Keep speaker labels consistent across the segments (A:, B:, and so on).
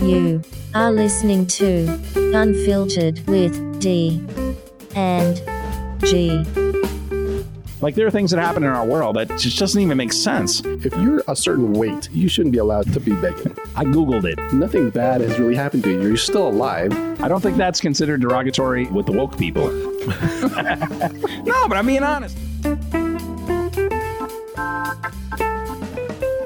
A: You are listening to Unfiltered with D and G.
B: Like there are things that happen in our world that just doesn't even make sense.
C: If you're a certain weight, you shouldn't be allowed to be begging.
B: I googled it.
C: Nothing bad has really happened to you. You're still alive.
B: I don't think that's considered derogatory with the woke people. no, but I'm being honest.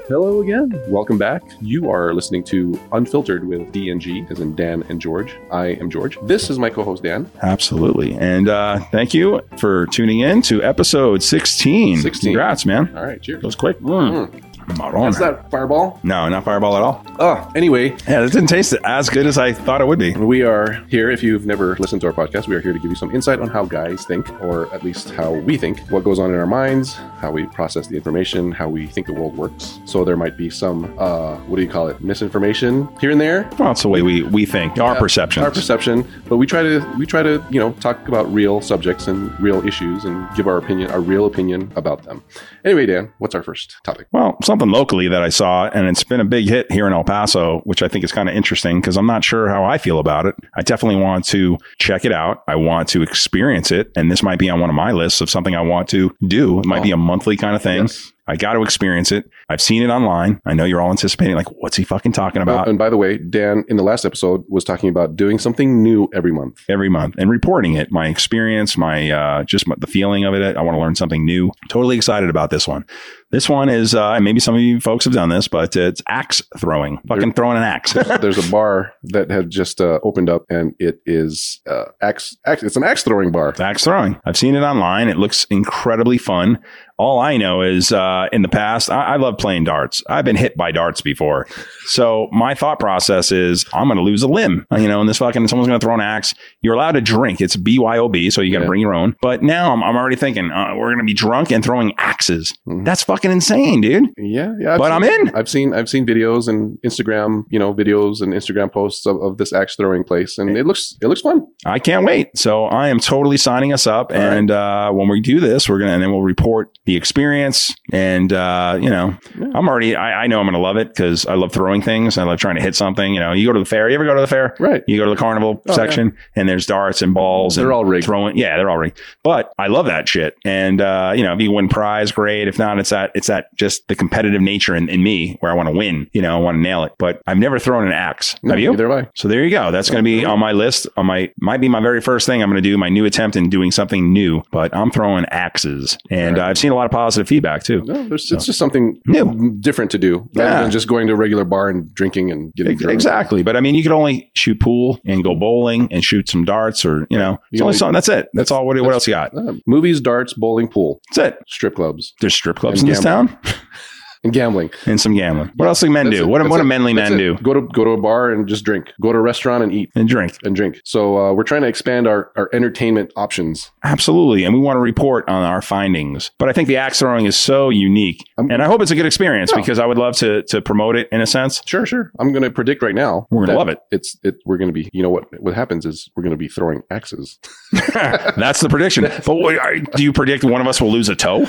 C: Hello again. Welcome back. You are listening to Unfiltered with D and G, as in Dan and George. I am George. This is my co-host Dan.
B: Absolutely. And uh, thank you for tuning in to episode 16.
C: 16.
B: Congrats, man.
C: All right, cheers.
B: Goes quick. Mm. Maron.
C: That's not fireball.
B: No, not fireball at all.
C: Oh, anyway,
B: Yeah, it didn't taste as good as I thought it would be.
C: we are here. If you've never listened to our podcast, we are here to give you some insight on how guys think, or at least how we think, what goes on in our minds, how we process the information, how we think the world works. So there might be some, uh, what do you call it, misinformation here and there.
B: Well, it's the way we, we think, our perceptions.
C: our perception but we try to we try to you know talk about real subjects and real issues and give our opinion our real opinion about them anyway dan what's our first topic Oh,
B: Well, something locally that I saw, and it's been a big hit here in El Paso, which I think is kind of interesting because I'm not sure how I feel about it. I definitely want to check it out. I want to experience it. And this might be on one of my lists of something I want to do. It might be a monthly kind of thing.
C: Yes.
B: I got to experience it. I've seen it online. I know you're all anticipating, like, what's he fucking talking
C: Oh,
B: about?
C: and by the way dan in the last episode was talking about doing something new every month
B: every month and reporting it, my experience, my uh, just my, the feeling of it. I want to learn something new. Totally excited about this one. This one is, uh, and maybe some of you folks have done this, but it's axe throwing, fucking throwing an axe.
C: there's a bar that had just uh, opened up and it is uh, axe, axe it's an axe throwing bar
B: axe throwing. I've seen it online. It looks incredibly fun. All I know is uh, in the past, I, I love playing darts. I've been hit by darts before. So my thought process is I'm going to lose a limb, you know, and this fucking someone's going to throw an axe. You're allowed to drink. It's BYOB, so you got to
C: Yeah.
B: bring your own. But now I'm, I'm already thinking uh, we're going to be drunk and throwing axes.
C: Mhm.
B: That's fucking insane, dude.
C: yeah yeah I've
B: but
C: seen-
B: I'm in.
C: I've seen I've seen videos and Instagram, you know, videos and Instagram posts of, of this axe throwing place, and it looks it looks fun.
B: I can't wait. So I am totally signing us up.
C: All right.
B: and uh, when we do this, we're gonna and then we'll report the experience. And uh, you know,
C: Yeah.
B: I'm already. I, I know I'm gonna love it because I love throwing things. I love trying to hit something. You know, you go to the fair. You ever go to the fair?
C: Right?
B: You go to the carnival
C: Oh,
B: section, and there's darts and balls.
C: They're
B: and
C: all rigged.
B: throwing. Yeah, they're all rigged. But I love that shit. And uh, you know, if you win prize, great. If not, it's that it's that just the competitive nature in, in me where I want to win. You know, I want to nail it. But I've never thrown an axe.
C: No,
B: Have you?
C: Neither have I.
B: So there you go. That's going to be on my list. On my might be my very first thing I'm going to do. My new attempt in doing something new, but I'm throwing axes, and uh,
C: All right.
B: I've seen a lot of positive feedback too.
C: No, there's,
B: So-
C: it's just something
B: New.
C: different to do
B: Yeah.
C: rather than just going to a regular bar and drinking and getting
B: Ex-
C: drunk.
B: Exactly, but I mean, you could only shoot pool and go bowling and shoot some darts, or you know, it's
C: You
B: only
C: only-
B: something. That's it. That's, all. What, what else you got?
C: Uh, movies, darts, bowling, pool,
B: That's it.
C: strip clubs,
B: There's strip clubs
C: And
B: in this town
C: and gambling.
B: and some gambling. What else do men
C: That's
B: do?
C: it.
B: What do-
C: That's
B: what
C: it.
B: do manly
C: That's
B: men
C: it.
B: do?
C: Go to go to a bar and just drink. Go to a restaurant and eat
B: And drink.
C: and drink. So uh, we're trying to expand our, our entertainment options.
B: Absolutely. And we want to report on our findings. But I think the axe throwing is so unique.
C: I'm-
B: and I hope it's a good experience
C: Yeah.
B: because I would love to to promote it in a sense.
C: Sure, sure. I'm going to predict right now.
B: We're gonna
C: that
B: love it.
C: It's it. We're going to be. You know what? What happens is we're going to be throwing axes.
B: That's the prediction. But wait, are- do you predict one of us will lose a toe?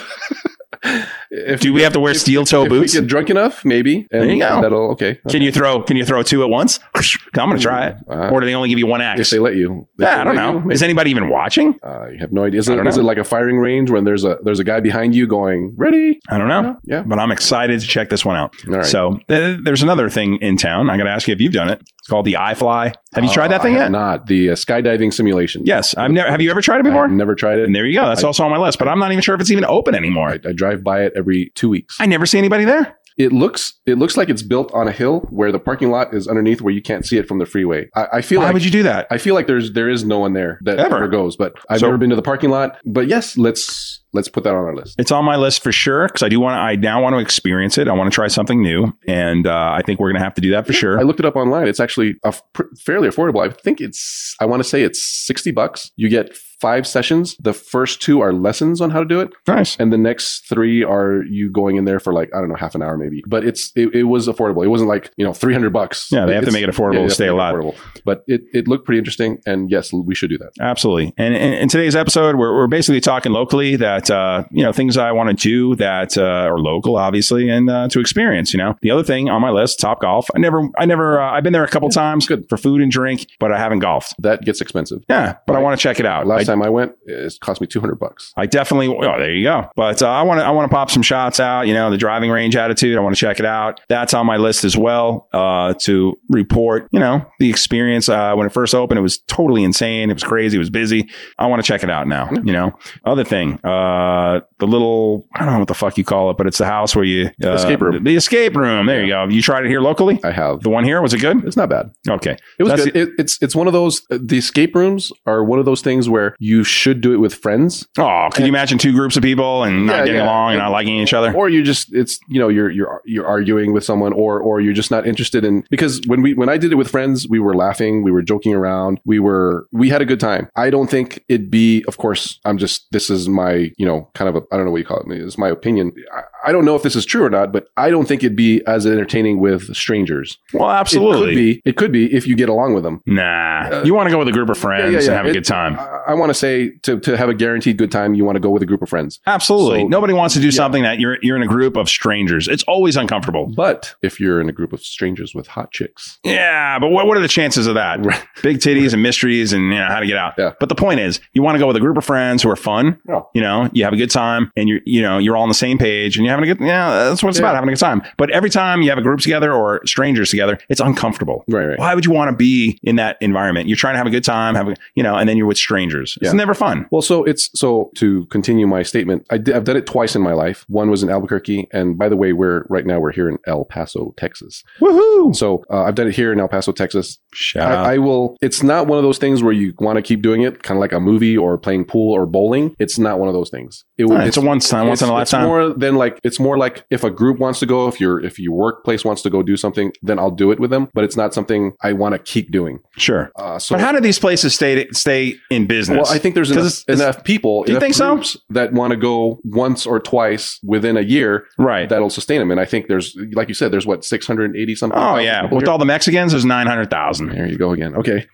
C: If
B: Do we have to wear
C: if-
B: steel toe
C: if we
B: boots?
C: get drunk enough, maybe. And
B: There you go.
C: That'll okay.
B: Can you throw? Can you throw two at once? I'm going to try it.
C: Uh,
B: Or do they only give you one
C: if
B: axe?
C: they let you. If
B: Yeah,
C: they
B: I don't
C: let you,
B: know.
C: maybe.
B: Is anybody even watching?
C: Uh, you have no idea. Is
B: I
C: it,
B: don't
C: is
B: know.
C: it like a firing range when there's a there's a guy behind you going ready?
B: I don't know.
C: Yeah.
B: But I'm excited to check this one out.
C: All right.
B: So th- there's another thing in town. I'm going to ask you if you've done it. It's called the iFly. Have you
C: Uh,
B: tried that
C: I
B: thing
C: have
B: yet?
C: Not the uh, skydiving simulation.
B: Yes, I've never. Have you ever tried it before?
C: I've never tried it.
B: And there you go. That's also on my list. But I'm not even sure if it's even open anymore.
C: I, I drive by it every two weeks.
B: I never see anybody there.
C: It looks it looks like it's built on a hill where the parking lot is underneath where you can't see it from the freeway. I, I feel
B: Why
C: like
B: would you do that?
C: I feel like there's there is no one there that
B: Ever.
C: ever, goes. But I've
B: So-
C: never been to the parking lot. But yes, let's let's put that on our list.
B: It's on my list for sure because I do want to. I now want to experience it. I want to try something new, and uh, I think we're going to have to do that for sure.
C: I looked it up online. It's actually a f- pr- fairly affordable. I think it's, I want to say it's 60 bucks. You get five sessions. The first two are lessons on how to do it.
B: Nice.
C: And the next three are you going in there for like, I don't know, half an hour maybe. But it's, it, it was affordable. It wasn't like, you know, 300 bucks.
B: Yeah, they have to
C: It's-
B: make it affordable to
C: yeah, they have
B: stay
C: make it
B: alive.
C: affordable. But it, it looked pretty interesting. And yes, we should do that.
B: Absolutely. And in, in today's episode, we're, we're basically talking locally that that uh, you know things I want to do that uh, are local, obviously, and uh, to experience. You know, the other thing on my list, Top Golf. I never, I never, uh, I've been there a couple times
C: good.
B: for food and drink, but I haven't golfed.
C: That gets expensive.
B: Yeah, but I
C: Right.
B: want to check it out.
C: Last
B: I,
C: time I went, it cost me 200 bucks.
B: I definitely. Oh, there you go. But uh, I want to. I want to pop some shots out. You know, the driving range attitude. I want to check it out. That's on my list as well. Uh, to report. You know, the experience uh, when it first opened, it was totally insane. It was crazy. It was busy. I want to check it out now.
C: Mm-hmm.
B: You know, other thing. Uh, the little. I don't know what the fuck you call it, but it's the house where you uh,
C: Escape room.
B: The, escape room. There you go. You tried it here locally.
C: I have.
B: The one here was it good?
C: It's not bad.
B: Okay.
C: It was
B: That's
C: good. It, it's it's one of those. The escape rooms are one of those things where you should do it with friends,
B: Oh, could you imagine two groups of people and not
C: Yeah,
B: getting
C: yeah.
B: along and not liking each other?
C: or you just it's you know you're you're you're arguing with someone, or or you're just not interested in because when we when I did it with friends, we were laughing, we were joking around, we were we had a good time. I don't think it'd be. Of course, I'm just this is my you know kind of a I don't know what you call it. It's my opinion. I, I don't know if this is true or not, but I don't think it'd be as entertaining with strangers.
B: Well, absolutely.
C: It could be. It could be if you get along with them.
B: Nah,
C: Uh,
B: you want to go with a group of friends
C: yeah, yeah.
B: and have
C: It- uh,
B: a good time.
C: I, I want to say to, to have a guaranteed good time, you want to go with a group of friends.
B: Absolutely.
C: so-
B: Nobody wants to do something that you're you're in a group of strangers. It's always uncomfortable.
C: But if you're in a group of strangers with hot chicks,
B: Yeah, but what, what are the chances of that?
C: Right.
B: Big titties and mysteries and you know, how to get out.
C: Yeah.
B: But the point is, you want to go with a group of friends who are fun.
C: Yeah.
B: You know, you have a good time and you're you know you're all on the same page and you're having a good. Yeah, that's what it's
C: Yeah.
B: about having a good time. But every time you have a group together or strangers together, it's uncomfortable.
C: right, right.
B: Why would you want to be in that environment? You're trying to have a good time, have a, you know, and then you're with strangers. It's
C: Yeah.
B: never fun.
C: Well, so it's so to continue my statement. I did, I've done it twice in my life. One was in Albuquerque, and by the way, we're right now we're here in El Paso, Texas.
B: Woohoo!
C: So uh, I've done it here in El Paso, Texas.
B: Shout out.
C: I, I will. It's not one of those things where you want to keep doing it, kind of like a movie or playing pool or bowling. It's not one of those things. It
B: All right, it's a once time, once
C: it's,
B: in a
C: it's
B: lifetime.
C: more than like it's more like if a group wants to go, if your if your workplace wants to go do something, then I'll do it with them. But it's not something I want to keep doing.
B: sure.
C: Uh, so.
B: but how do these places stay stay in business?
C: well, I think there's
B: 'Cause
C: enough,
B: it's- it's-
C: enough people.
B: Do you
C: enough
B: think so?
C: groups That want to go once or twice within a year
B: right.
C: that'll sustain them. And I think there's, like you said, there's what 680 something.
B: oh
C: thousand
B: yeah,
C: people
B: with
C: here?
B: all the Mexicans, there's nine hundred thousand.
C: there you go again. Okay,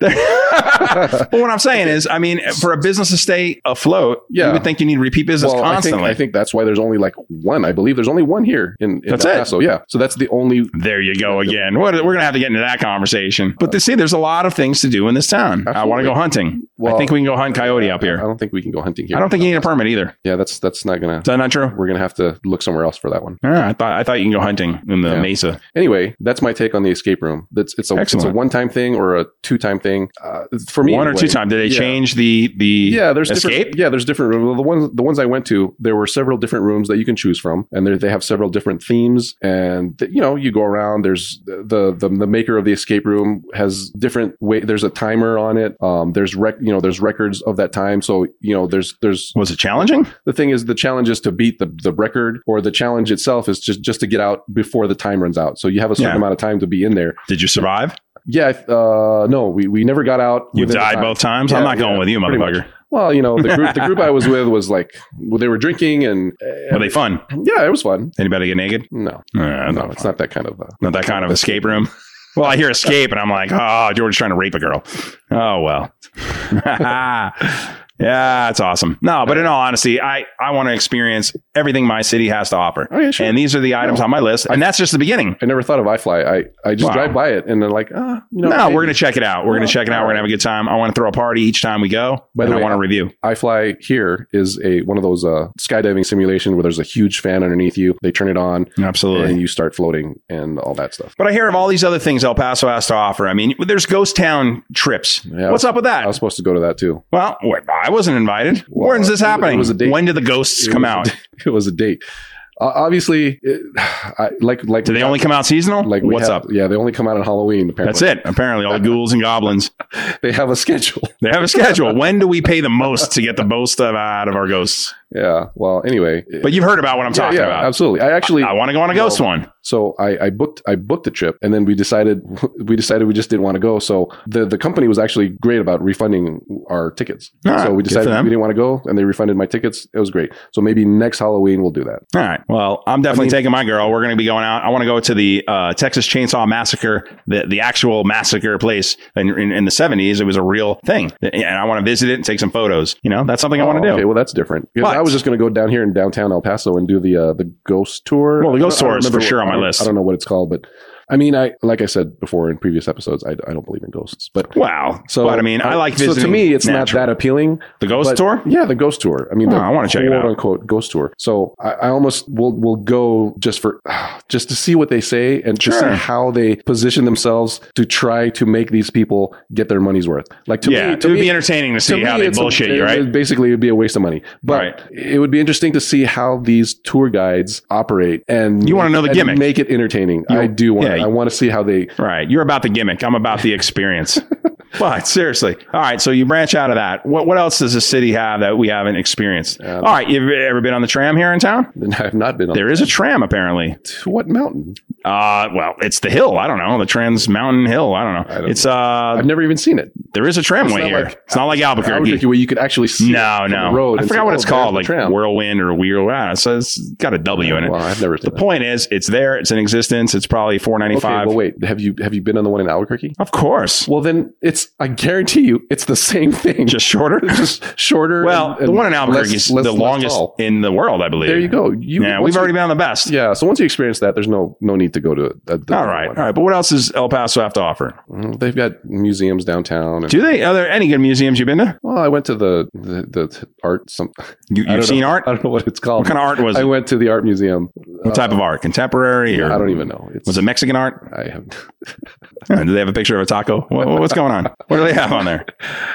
B: but what I'm saying is, I mean, for a business to stay afloat,
C: Yeah.
B: you would think you need repeat business
C: well,
B: constantly.
C: I think, I think that's why there's only like one. I believe there's only one here in, in
B: That's
C: El
B: it.
C: Paso. Yeah, so that's the only.
B: there you go again. What, we're gonna have to get into that conversation. But to see, there's a lot of things to do in this town. I want
C: Uh, Absolutely.
B: to go hunting.
C: Well,
B: I think we can go hunt coyote up
C: I
B: here.
C: don't think we can go hunting here.
B: I don't think you need a permit either.
C: Yeah, that's that's not gonna.
B: Is that not true?
C: We're gonna have to look somewhere else for that one.
B: Ah, I thought I thought you can go hunting in the
C: Yeah.
B: mesa.
C: Anyway, that's my take on the escape room. That's it's a it's a
B: Excellent.
C: one time thing or a two time thing. Uh, for me,
B: One or
C: anyway.
B: two times. Did they
C: Yeah.
B: change the the
C: Yeah, there's
B: escape?
C: different. Yeah, there's different rooms. Well, the ones the ones I went to, there were several different rooms that you can choose from, and there- they have several different themes. And th- you know, you go around. There's the the, the maker of the escape room has different way. There's a timer on it. Um, there's rec. You know, there's records of that time. So you know, there's there's
B: Was it challenging?
C: the thing is the challenge is to beat the, the record or the challenge itself is just just to get out before the time runs out so you have a certain
B: Yeah.
C: amount of time to be in there
B: Did you survive?
C: yeah I th- uh no we, we never got out
B: You
C: within the
B: died
C: time.
B: both times.
C: Yeah,
B: I'm not going
C: yeah,
B: with you,
C: pretty much.
B: motherfucker.
C: well you know the group the group i was with was like well, they were drinking and
B: Are they fun?
C: yeah it was fun
B: Anybody get naked?
C: no
B: Uh,
C: no
B: not,
C: it's not that kind of uh,
B: not that kind of escape room. Well, I hear escape, and I'm like, oh, George's trying to rape a girl. Oh well. yeah, that's awesome. No, but in all honesty, I I want to experience everything my city has to offer,
C: oh yeah sure
B: and these are the items on my list, and that's just the beginning.
C: i never thought of ifly i i just
B: Wow.
C: drive by it and they're like ah you know
B: No,
C: maybe.
B: we're gonna check it out. We're gonna check it out. We're gonna have a good time. I want to throw a party each time we go,
C: By the
B: and I
C: way, uh,
B: want to review.
C: ifly here is a one of those uh skydiving simulation where there's a huge fan underneath you they turn it on
B: Absolutely.
C: and you start floating and all that stuff.
B: But I hear of all these other things El Paso has to offer. I mean, there's ghost town trips.
C: Yeah.
B: What's up with that?
C: I was supposed to go to that too.
B: Well, wait, I wasn't invited.
C: Well,
B: When's this
C: it was- it
B: happening?
C: was a date.
B: When did the ghosts
C: It
B: come
C: was a
B: out?
C: date- It was a date. Uh, obviously, it, I, like like
B: Do they only come out seasonal?
C: like we
B: what's
C: have-
B: up?
C: Yeah, they only come out on Halloween. Apparently,
B: That's it. Apparently, all the ghouls and goblins
C: They have a schedule.
B: they have a schedule. when do we pay the most to get the most of, out of our ghosts?
C: Yeah. Well, anyway,
B: But you've heard about what I'm
C: yeah,
B: talking
C: yeah,
B: about.
C: absolutely. I actually
B: I want to go on a ghost one.
C: So I, I booked I booked the trip, and then we decided we decided we just didn't want to go. So the the company was actually great about refunding our tickets.
B: All right,
C: so we
B: good for
C: decided
B: them.
C: we didn't want to go, and they refunded my tickets. It was great. So maybe next Halloween we'll do that.
B: All right. Well, I'm definitely
C: mean-
B: taking my girl. We're going to be going out. I want to go to the uh, Texas Chainsaw Massacre, the, the actual massacre place in, in, in the 70s. It was a real thing. And I want to visit it and take some photos. You know, that's something I want to do.
C: Oh, Okay, well that's different. 'Cause
B: But
C: I was just going to go down here in downtown El Paso and do the uh, the ghost tour.
B: Well, the
C: I
B: ghost
C: don't- I
B: tour
C: don't
B: is for
C: remember
B: sure
C: what-
B: on my
C: I don't-
B: list.
C: I don't know what it's called, but I mean, I like I said before in previous episodes, I, I don't believe in ghosts, but
B: Wow. So, but I mean, I like
C: So
B: visiting.
C: to me, it's
B: natural.
C: not that appealing.
B: The ghost
C: but-
B: tour?
C: Yeah, the ghost tour. I mean, the
B: Oh, I wanna check it out.
C: Quote unquote ghost tour. So I, I almost will will go just for just to see what they say and just
B: Sure.
C: see how they position themselves to try to make these people get their money's worth. Like to
B: Yeah,
C: me,
B: it
C: to
B: would
C: me,
B: be entertaining to
C: to
B: see
C: me,
B: how they
C: it's a-
B: bullshit
C: it-
B: you, right?
C: it basically, it'd be a waste of money. But
B: Right.
C: it would be interesting to see how these tour guides operate and
B: You wanna know the
C: and
B: gimmick.
C: make it entertaining. I do want.
B: yeah.
C: I want to see how they.
B: Right. You're about the gimmick. I'm about the experience. but seriously. All right. So you branch out of that. What what else does the city have that we haven't experienced?
C: Uh,
B: All right. You ever- ever been on the tram here in town?
C: I've not been on
B: There is a tram apparently.
C: to what mountain?
B: Uh, well, it's the hill. I don't know. The Trans Mountain Hill. I don't know.
C: don't
B: it's uh,
C: I've never even seen it.
B: there is a
C: It's
B: tramway
C: not
B: here.
C: like-
B: it's not like Albuquerque.
C: Albuquerque, where you could actually see
B: no,
C: it from
B: no.
C: the road.
B: I
C: and
B: forgot
C: say,
B: what
C: "Oh,
B: it's
C: there's
B: called,
C: the
B: like
C: tram."
B: Whirlwind or Weird. I don't know. So it's got a W in it.
C: Well, I've never
B: the
C: seen that.
B: point is, it's there. It's in existence. It's probably four ninety
C: Okay,
B: five.
C: well, wait. Have you have you been on the one in Albuquerque?
B: Of course,
C: Well, then it's. I guarantee you, it's the same thing,
B: just shorter.
C: It's just shorter.
B: Well,
C: and-
B: the
C: and
B: one in Albuquerque
C: less-
B: is
C: less-
B: the
C: less
B: longest
C: tall.
B: in the world, I believe.
C: There you go. You,
B: yeah,
C: once
B: we've
C: you-
B: already been on the best.
C: Yeah. So once you experience that, there's no no need to go to. A, a-
B: All right, all
C: one.
B: right. But what else does El Paso have to offer?
C: Mm, They've got museums downtown. And,
B: Do they? Are there any good museums you've been to?
C: well, I went to the the, the art. Some
B: You,
C: I don't
B: you've seen
C: know.
B: art.
C: I don't know what it's called.
B: What kind of art was
C: I
B: it?
C: went to the art museum. Uh,
B: What type of art? Contemporary or
C: I don't even know. It's,
B: Was it Mexican art?
C: I have.
B: Uh, Do they have a picture of a taco? What, what's going on? What do they have on there?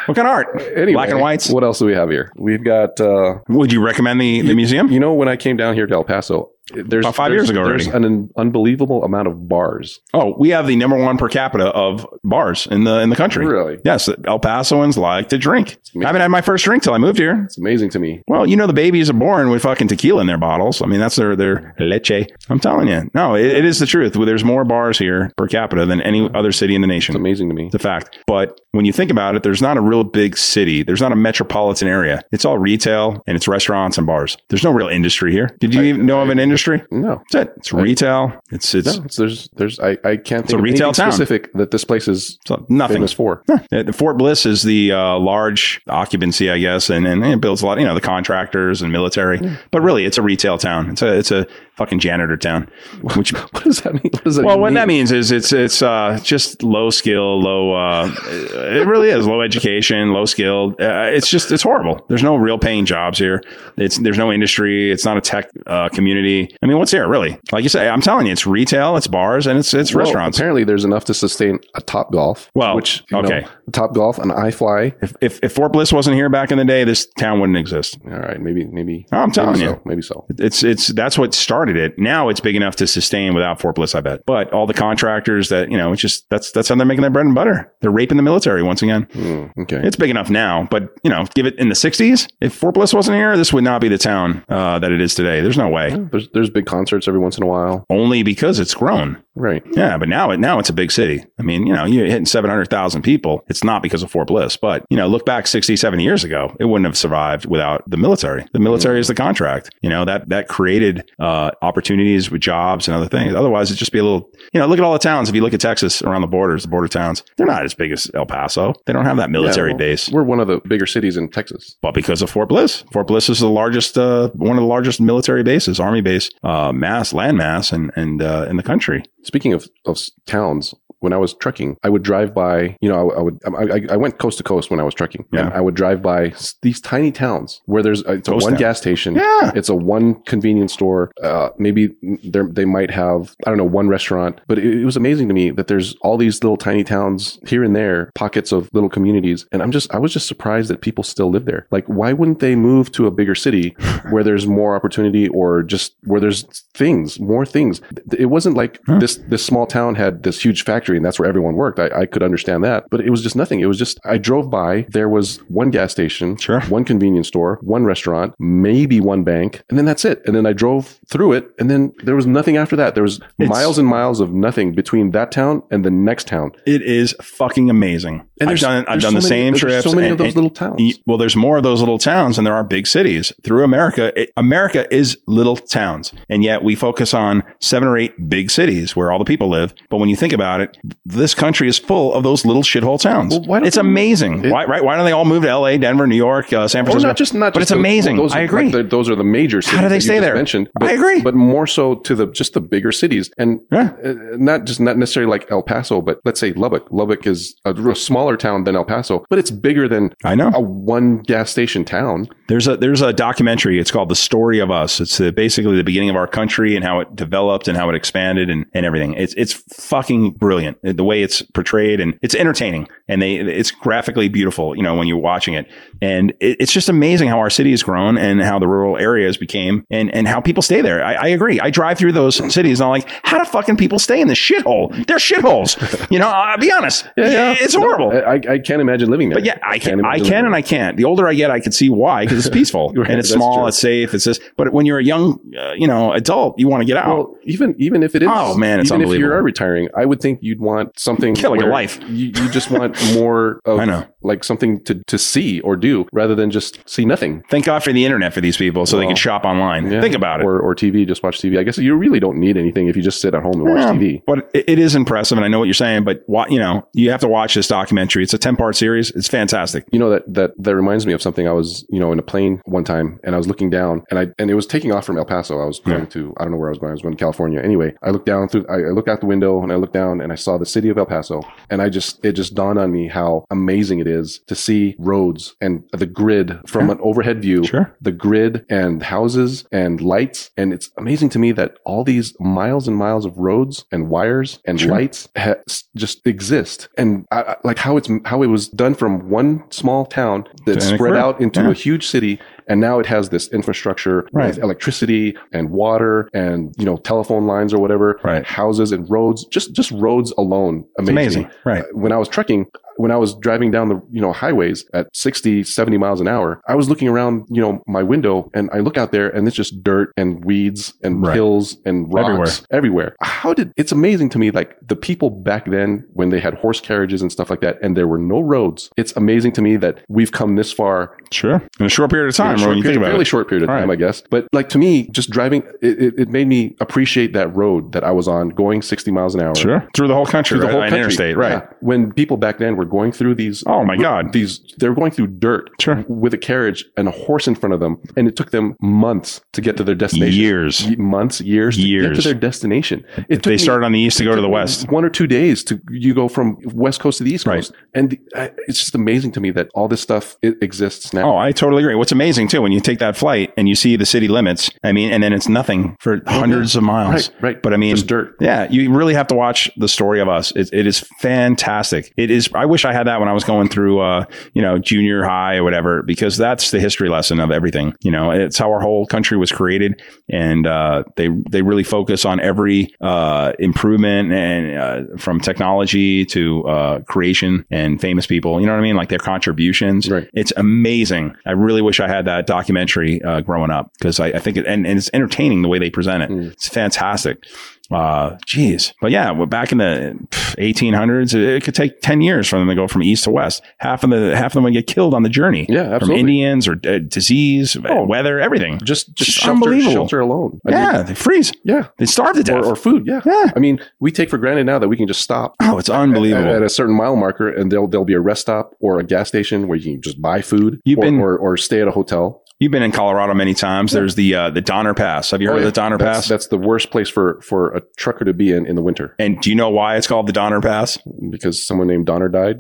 B: What kind of art?
C: Anyway,
B: Black and whites?
C: What else do we have here? We've got. uh
B: Would you recommend the, the museum?
C: You know, when I came down here to El Paso, there's
B: About five
C: there's-
B: years ago
C: There's an un- unbelievable amount of bars.
B: Oh, we have the number one per capita of bars in the in the country.
C: Really,
B: Yes, El Pasoans like to drink.
C: amazing.
B: I haven't had my first drink till I moved here.
C: it's amazing to me.
B: Well, you know the babies are born with fucking tequila in their bottles. I mean, that's their their leche. I'm telling you, no, it, it is the truth. Well, There's more bars here per capita than any other city in the
C: It's
B: nation.
C: amazing to me.
B: It's a fact. But when you think about it, there's not a real big city. There's not a metropolitan area. It's all retail and it's restaurants and bars. There's no real industry here. Did you even know of an industry?
C: No,
B: That's it. It's retail. It's
C: no,
B: it's,
C: it's- there's there's I I can't think
B: a
C: of
B: retail
C: anything
B: town.
C: specific that this place is
B: it's nothing.
C: famous for.
B: Uh, Fort Bliss is the uh, large occupancy, I guess, and, and it builds a lot. You know, the contractors and military, but really, it's a retail town. It's a it's a fucking janitor town. Which
C: What does that mean? What does that
B: well,
C: mean?
B: what that means is it's it's uh, just low skill, low. Uh, it really is low education, low skilled. Uh, it's just it's horrible. There's no real paying jobs here. It's there's no industry. It's not a tech uh, community. I mean, what's here really? Like you say, I'm telling you, it's retail, it's bars, and it's it's
C: Well,
B: restaurants.
C: apparently, there's enough to sustain a Top Golf.
B: Well,
C: which you
B: okay.
C: know, Top Golf, an iFly.
B: If, if if Fort Bliss wasn't here back in the day, this town wouldn't exist.
C: All right, maybe maybe
B: Oh, I'm telling
C: maybe
B: you.
C: so, maybe so.
B: It's it's that's what started it. Now it's big enough to sustain without Fort Bliss, I bet. But all the contractors that you know, it's just that's that's how they're making their bread and butter. They're raping the military once again.
C: Hmm, okay,
B: It's big enough now, but you know, give it in the '60s. If Fort Bliss wasn't here, this would not be the town uh, that it is today. There's no way.
C: there's there's big concerts every once in a while.
B: Only because it's grown.
C: Right.
B: Yeah, but now it now it's a big city. I mean, you know, you're hitting 700,000 people. It's not because of Fort Bliss, but you know, look back 60, 70 years ago, it wouldn't have survived without the military. The military is the contract. You know, that that created uh, opportunities with jobs and other things. Otherwise, it'd just be a little, you know, look at all the towns. If you look at Texas around the borders, the border towns, they're not as big as El Paso. They don't have that military
C: Yeah, well,
B: base.
C: We're one of the bigger cities in Texas.
B: But because of Fort Bliss, Fort Bliss is the largest, uh, one of the largest military bases, army base, uh, mass, land mass, and and uh, in the country.
C: Speaking of, of s- towns, when I was trekking, I would drive by, you know, I, I would, I, I- I went coast to coast when I was trekking.
B: Yeah.
C: And I would drive by s- these tiny towns where there's, a, it's a
B: Ghost
C: one
B: town.
C: gas station.
B: Yeah.
C: It's a one convenience store. Uh, maybe there, they might have, I don't know, one restaurant, but it, it was amazing to me that there's all these little tiny towns here and there, pockets of little communities. And I'm just, I was just surprised that people still live there. Like, why wouldn't they move to a bigger city where there's more opportunity or just where there's things, more things? Th- It wasn't like
B: Huh.
C: this, this small town had this huge factory and that's where everyone worked. I, I could understand that, but it was just nothing. It was just, I drove by, there was one gas station,
B: Sure.
C: one convenience store, one restaurant, maybe one bank, and then that's it. And then I drove through it, and then there was nothing after that. There was
B: It's-
C: miles and miles of nothing between that town and the next town.
B: It is fucking amazing. I've
C: And there's-
B: done I've
C: there's
B: done
C: so
B: the
C: many-
B: same
C: there's
B: trips.
C: So many of
B: and-
C: those
B: and-
C: little towns.
B: y- well, there's more of those little towns than there are big cities through America. It, America is little towns, and yet we focus on seven or eight big cities where all the people live. But when you think about it, this country is full of those little shithole towns.
C: Well, why don't
B: it's
C: they-
B: amazing.
C: It-
B: why, right? Why don't they all move to L.A., Denver, New York, uh, San
C: Well,
B: Francisco?
C: not just not,
B: but
C: just
B: it's amazing.
C: Those,
B: I
C: like,
B: agree.
C: the- those are the major. Cities
B: do they
C: that you
B: stay
C: just
B: there?
C: Mentioned,
B: I
C: but,
B: agree.
C: but more so to the just the bigger cities, and
B: Yeah.
C: uh, not just not necessarily like El Paso, but let's say Lubbock. Lubbock is a real smaller town than El Paso, but it's bigger than
B: I know.
C: a one gas station town.
B: There's a there's a documentary. It's called "The Story of Us." It's the, basically the beginning of our country and how it developed and how it expanded and, and everything. It's it's fucking brilliant the way it's portrayed and it's entertaining and they it's graphically beautiful. You know when you're watching it and it, it's just amazing how our city has grown and how the rural areas became and and how people stay there. I, I agree. I drive through those cities and I'm like, how do fucking people stay in this shithole? They're shitholes. You know, I'll be honest. It's
C: No,
B: horrible.
C: I, I can't imagine living there.
B: But yeah, I can, I can,
C: imagine living
B: and I can't. The older I get, I can see why because it's peaceful
C: Right,
B: and it's
C: that's
B: small,
C: true.
B: it's safe, it's this. But when you're a young, uh, you know, adult, you want to get out.
C: Well, even even if it is,
B: Oh, man, it's
C: even if you
B: unbelievable.
C: are retiring, I would think you'd want something
B: Yeah, like a
C: where
B: life.
C: You, you just want more of
B: I know.
C: like something to to see or do rather than just see nothing.
B: Thank God for the internet for these people, so they can shop online.
C: Yeah.
B: Think about it.
C: Or, or TV, just watch TV. I guess you really don't need anything if you just sit at home and watch
B: Yeah,
C: TV.
B: But it, it is impressive, and I know what you're saying. But wa- you know, you have to watch this documentary. It's a ten part series. It's fantastic.
C: You know that that that reminds me of something. I was you know in a plane one time, and I was looking down, and I and it was taking off from El Paso. I was going to I don't know where I was going. I was going to California. Anyway, I looked down through. I, I looked out the window, and I looked down, and I saw the city of El Paso, and I just it just dawned on me how amazing it is to see roads and the grid from an overhead view.
B: Sure.
C: the grid and houses and lights. And it's amazing to me that all these miles and miles of roads and wires and lights ha- s- just exist. And I, I- like how it's how it was done from one small town that
B: To an
C: spread
B: incre-
C: out into
B: yeah.
C: a huge city. And now it has this infrastructure
B: Right.
C: with electricity and water and you know telephone lines or whatever,
B: Right.
C: houses and roads. Just just roads alone,
B: It's
C: amazing. Uh,
B: amazing, right?
C: When I was trekking, when I was driving down the you know highways at 60, 70 miles an hour, I was looking around you know my window and I look out there and it's just dirt and weeds and
B: Right.
C: hills and rocks
B: Everywhere.
C: everywhere. How did it's amazing to me like the people back then when they had horse carriages and stuff like that and there were no roads. It's amazing to me that we've come this far
B: Sure. In a short period of time,
C: in
B: when
C: a short
B: you think
C: period,
B: about
C: fairly
B: it.
C: short period of
B: All
C: time,
B: right.
C: I guess. But like to me, just driving, it, it, it made me appreciate that road that I was on, going sixty miles an hour.
B: Sure. Through the whole country,
C: Through the
B: right? An
C: whole country.
B: interstate, right?
C: Yeah. When people back then were going through these,
B: Oh my God.
C: these they were going through dirt
B: Sure.
C: with a carriage and a horse in front of them, and it took them months to get to their destination.
B: Years.
C: Ye- months, years, to get
B: Years.
C: to their destination. It took
B: They
C: me-
B: started on the east to go to the
C: took me
B: west.
C: One or two days to you go from west coast to the east
B: Right.
C: coast, and the- I- it's just amazing to me that all this stuff it exists now.
B: Oh, I totally agree. What's amazing too, when you take that flight and you see the city limits, I mean, and then it's nothing for hundreds of miles.
C: Right, right.
B: But I mean,
C: Just dirt.
B: Yeah, you really have to watch the story of us. It, it is fantastic. It is. I wish I had that when I was going through, uh, you know, junior high or whatever, because that's the history lesson of everything. You know, it's how our whole country was created, and uh, they they really focus on every uh, improvement and uh, from technology to uh, creation and famous people. You know what I mean? Like their contributions.
C: Right.
B: It's amazing. I really wish I had that documentary uh, growing up because I, I think it and, and it's entertaining the way they present it. It's fantastic. Uh, geez, but yeah, we're back in the pff, 1800s. It, it could take 10 years for them to go from east to west. Half of the half of them would get killed on the journey.
C: Yeah,
B: from
C: absolutely.
B: Indians or uh, disease, weather, everything.
C: just just
B: Just
C: shelter,
B: unbelievable.
C: shelter alone. I
B: yeah,
C: mean,
B: they freeze.
C: yeah.
B: They starve to death.
C: Or, or food, yeah.
B: Yeah.
C: I mean, we take for granted now that we can just stop
B: oh, it's
C: at,
B: unbelievable.
C: at a certain mile marker, and there'll there'll be a rest stop or a gas station where you can just buy food,
B: You've
C: or,
B: been-
C: or, or stay at a hotel.
B: You've been in Colorado many times. There's the uh, the Donner Pass. Have you heard
C: Oh, yeah.
B: of the Donner
C: that's,
B: Pass?
C: That's the worst place for for a trucker to be in in the winter
B: and do you know why it's called the Donner Pass?
C: because someone named Donner died.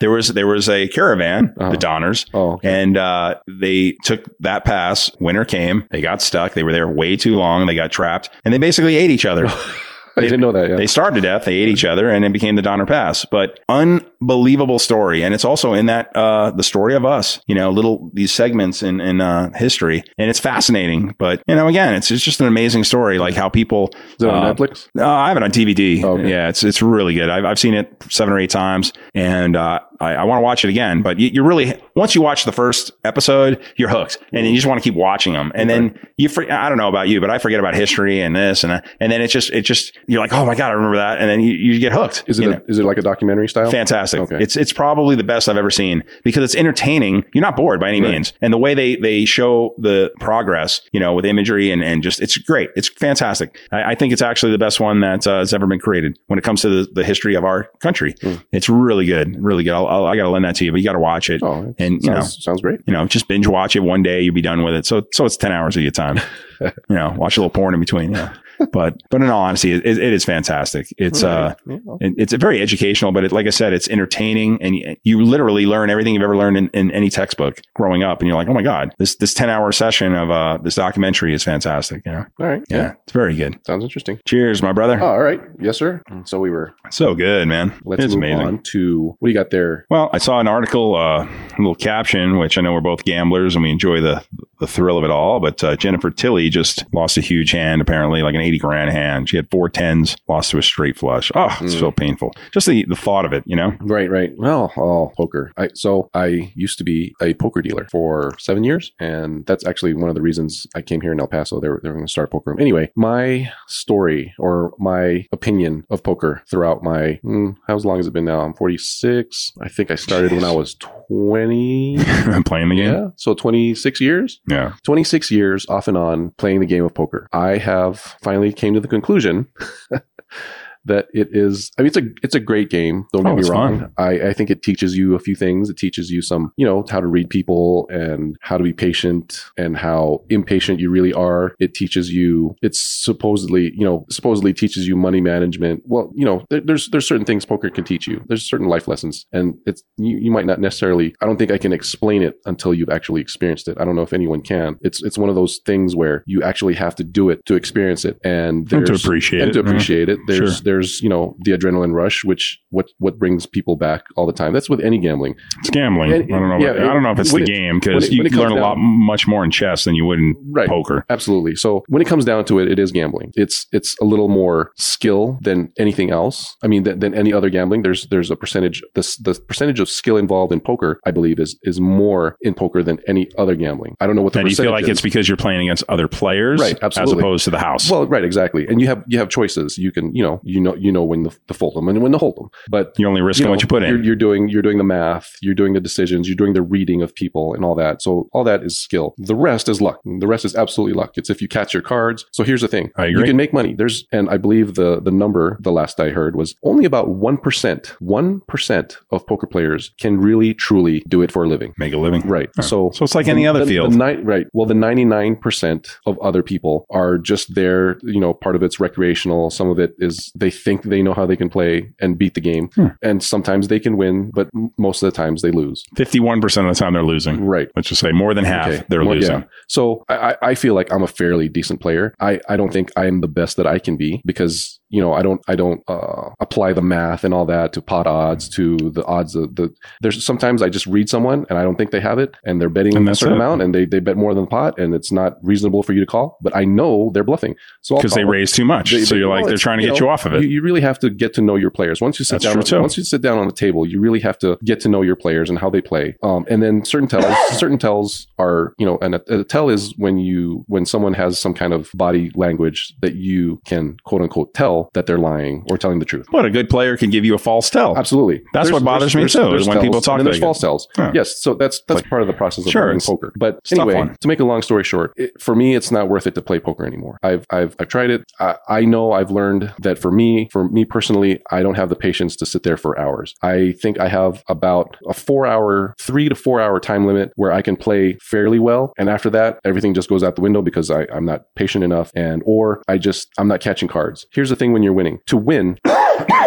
B: there was there was a caravan,
C: Uh-huh.
B: the Donners,
C: Oh,
B: and uh, they took that pass. Winter came, they got stuck. They were there way too long. They got trapped, and they basically ate each other.
C: I didn't know that. Yeah.
B: They starved to death. They ate each other, and it became the Donner Pass. But unbelievable story, and it's also in that uh, the story of us. You know, little these segments in in uh, history, and it's fascinating. But you know, again, it's it's just an amazing story, like how people.
C: Is it on
B: uh,
C: Netflix?
B: uh, I have it on DVD.
C: Okay.
B: Yeah, it's it's really good. I've, I've seen it seven or eight times, and uh, I, I want to watch it again. But you, you really once you watch the first episode, you're hooked, and then you just want to keep watching them. And then you, for, I don't know about you, but I forget about history and this and that. and then it's just it just you're like, oh my god, I remember that, and then you, you get hooked.
C: Is it
B: you
C: a,
B: know?
C: is it like a documentary style?
B: fantastic.
C: Oh, Okay.
B: It's it's probably the best I've ever seen because it's entertaining. You're not bored by any
C: Right.
B: means, and the way they they show the progress, you know, with imagery and and just it's great. It's fantastic. I, I think it's actually the best one that uh, has ever been created when it comes to the, the history of our country.
C: Mm.
B: It's really good, really good. I'll, I'll, I got to lend that to you, but you got to watch it
C: Oh,
B: and you know.
C: sounds, sounds great.
B: You know, just binge watch it one day, you'll be done with it. So, so it's 10 hours of your time, you know, watch a little porn in between. Yeah. But, but in all honesty, it, it it is fantastic. It's, uh,
C: Yeah, I'll-
B: it- it's a very educational, but it, like I said, it's entertaining, and you, you literally learn everything you've ever learned in, in any textbook growing up. And you're like, oh my god, this this ten hour session of uh, this documentary is fantastic. You know,
C: all right.
B: yeah, it's very good.
C: Sounds interesting. Oh,
B: Cheers, my brother.
C: all right. Yes, sir. So we were.
B: So good, man.
C: Let's
B: it's
C: move
B: amazing.
C: on to what do you got there?
B: Well, I saw an article, uh, a little caption, which I know we're both gamblers and we enjoy the the thrill of it all. But uh, Jennifer Tilly just lost a huge hand, apparently, like an eighty grand hand. She had four tens, lost to a straight flush. Oh, it's
C: Mm.
B: so painful. Just the the thought of it, you know.
C: Right, right. Well, oh, poker. I, so I used to be a poker dealer for seven years, and that's actually one of the reasons I came here in El Paso. They were, they were going to start a poker room. Anyway, my story or my opinion of poker throughout my mm, how long has it been now? I'm 46. I think I started when I was 20.
B: Playing the game,
C: Yeah, so 26 years.
B: yeah.
C: 26 years off and on playing the game of poker. I have finally came to the conclusion that it is I mean it's a it's a great game. Don't
B: Oh,
C: get me
B: it's
C: wrong.
B: fun.
C: I, I think it teaches you a few things. It teaches you some, you know, how to read people and how to be patient and how impatient you really are. It teaches you it's supposedly, you know, supposedly teaches you money management. Well, you know, there, there's there's certain things poker can teach you. There's certain life lessons. And it's you, you might not necessarily I don't think I can explain it until you've actually experienced it. I don't know if anyone can. It's it's one of those things where you actually have to do it to experience it. And
B: And to
C: there's
B: appreciate
C: and
B: it.
C: to
B: yeah. uh-huh.
C: appreciate it. There's
B: Sure.
C: there's you know the adrenaline rush, which what what brings people back all the time. That's with any gambling.
B: It's gambling.
C: And-
B: I don't know.
C: yeah,
B: about- I don't know if it's
C: when
B: the
C: it-
B: game
C: when
B: because
C: it-
B: you
C: when it
B: learn
C: comes
B: a lot
C: down-
B: much more in chess than you would in
C: Right.
B: poker.
C: Absolutely. So when it comes down to it, it is gambling. It's it's a little more skill than anything else. I mean, than, than any other gambling. There's there's a percentage. This the percentage of skill involved in poker, I believe, is is more in poker than any other gambling. I don't know what the
B: And you
C: percentage
B: feel like
C: is.
B: it's because you're playing against other players,
C: Right,
B: as
C: absolutely.
B: opposed to the house.
C: well, right, exactly. And you have you have choices. You can you know you know you know when the, the fold them and when to hold them. But
B: you're only risking
C: know,
B: what you put
C: You're,
B: in.
C: you're doing you're doing the math, you're doing the decisions, you're doing the reading of people and all that. So all that is skill. The rest is luck. The rest is absolutely luck. It's if you catch your cards. So here's the thing:
B: I
C: you
B: agree.
C: can make money. There's and I believe the the number the last I heard was only about one percent. One percent of poker players can really truly do it for a living.
B: Make a living.
C: Right.
B: Yeah.
C: So
B: So it's like any other
C: the-
B: field.
C: The ni- right. Well, the 99% of other people are just there, you know, part of it's recreational. Some of it is they think they know how they can play and beat the game.
B: Hmm.
C: And sometimes they can win, but m- most of the times they lose.
B: 51% of the time they're losing.
C: Right.
B: Let's just say more than half
C: Okay.
B: they're
C: Well,
B: losing.
C: yeah. So I, I- I feel like I'm a fairly decent player. I, I don't think I'm the best that I can be because you know I don't I don't uh, apply the math and all that to pot odds to the odds of the. There's sometimes I just read someone and I don't think they have it and they're betting
B: And
C: a
B: that's
C: certain
B: it.
C: amount and they, they bet more than the pot and it's not reasonable for you to call. But I know they're bluffing. So I'll
B: Because they
C: call.
B: raise too much.
C: They-
B: so
C: they-
B: you're like,
C: well,
B: they're
C: it's-
B: trying to
C: you
B: get
C: know,
B: you off of
C: You,
B: it.
C: you really have to get to know your players. Once you sit
B: That's
C: down,
B: true, too.
C: once you sit down on the table, you really have to get to know your players and how they play. Um, and then certain tells, certain tells are you know, and a, a tell is when you when someone has some kind of body language that you can quote unquote tell that they're lying or telling the truth.
B: But a good player can give you a false tell.
C: Absolutely,
B: That's what bothers me, too, is when people
C: tells,
B: talk
C: And then there's
B: like
C: false tells.
B: Yeah.
C: Yes, so that's that's part of the process of
B: Sure,
C: learning
B: it's-
C: poker. But
B: it's a tough
C: anyway,
B: one.
C: to make a long story short, it, for me, it's not worth it to play poker anymore. I've I've I've tried it. I, I know I've learned that for me, for me personally, I don't have the patience to sit there for hours. I think I have about a four hour, three to four hour time limit where I can play fairly well, and after that, everything just goes out the window because I, I'm not patient enough, and or I just I'm not catching cards. Here's the thing: when you're winning, to win,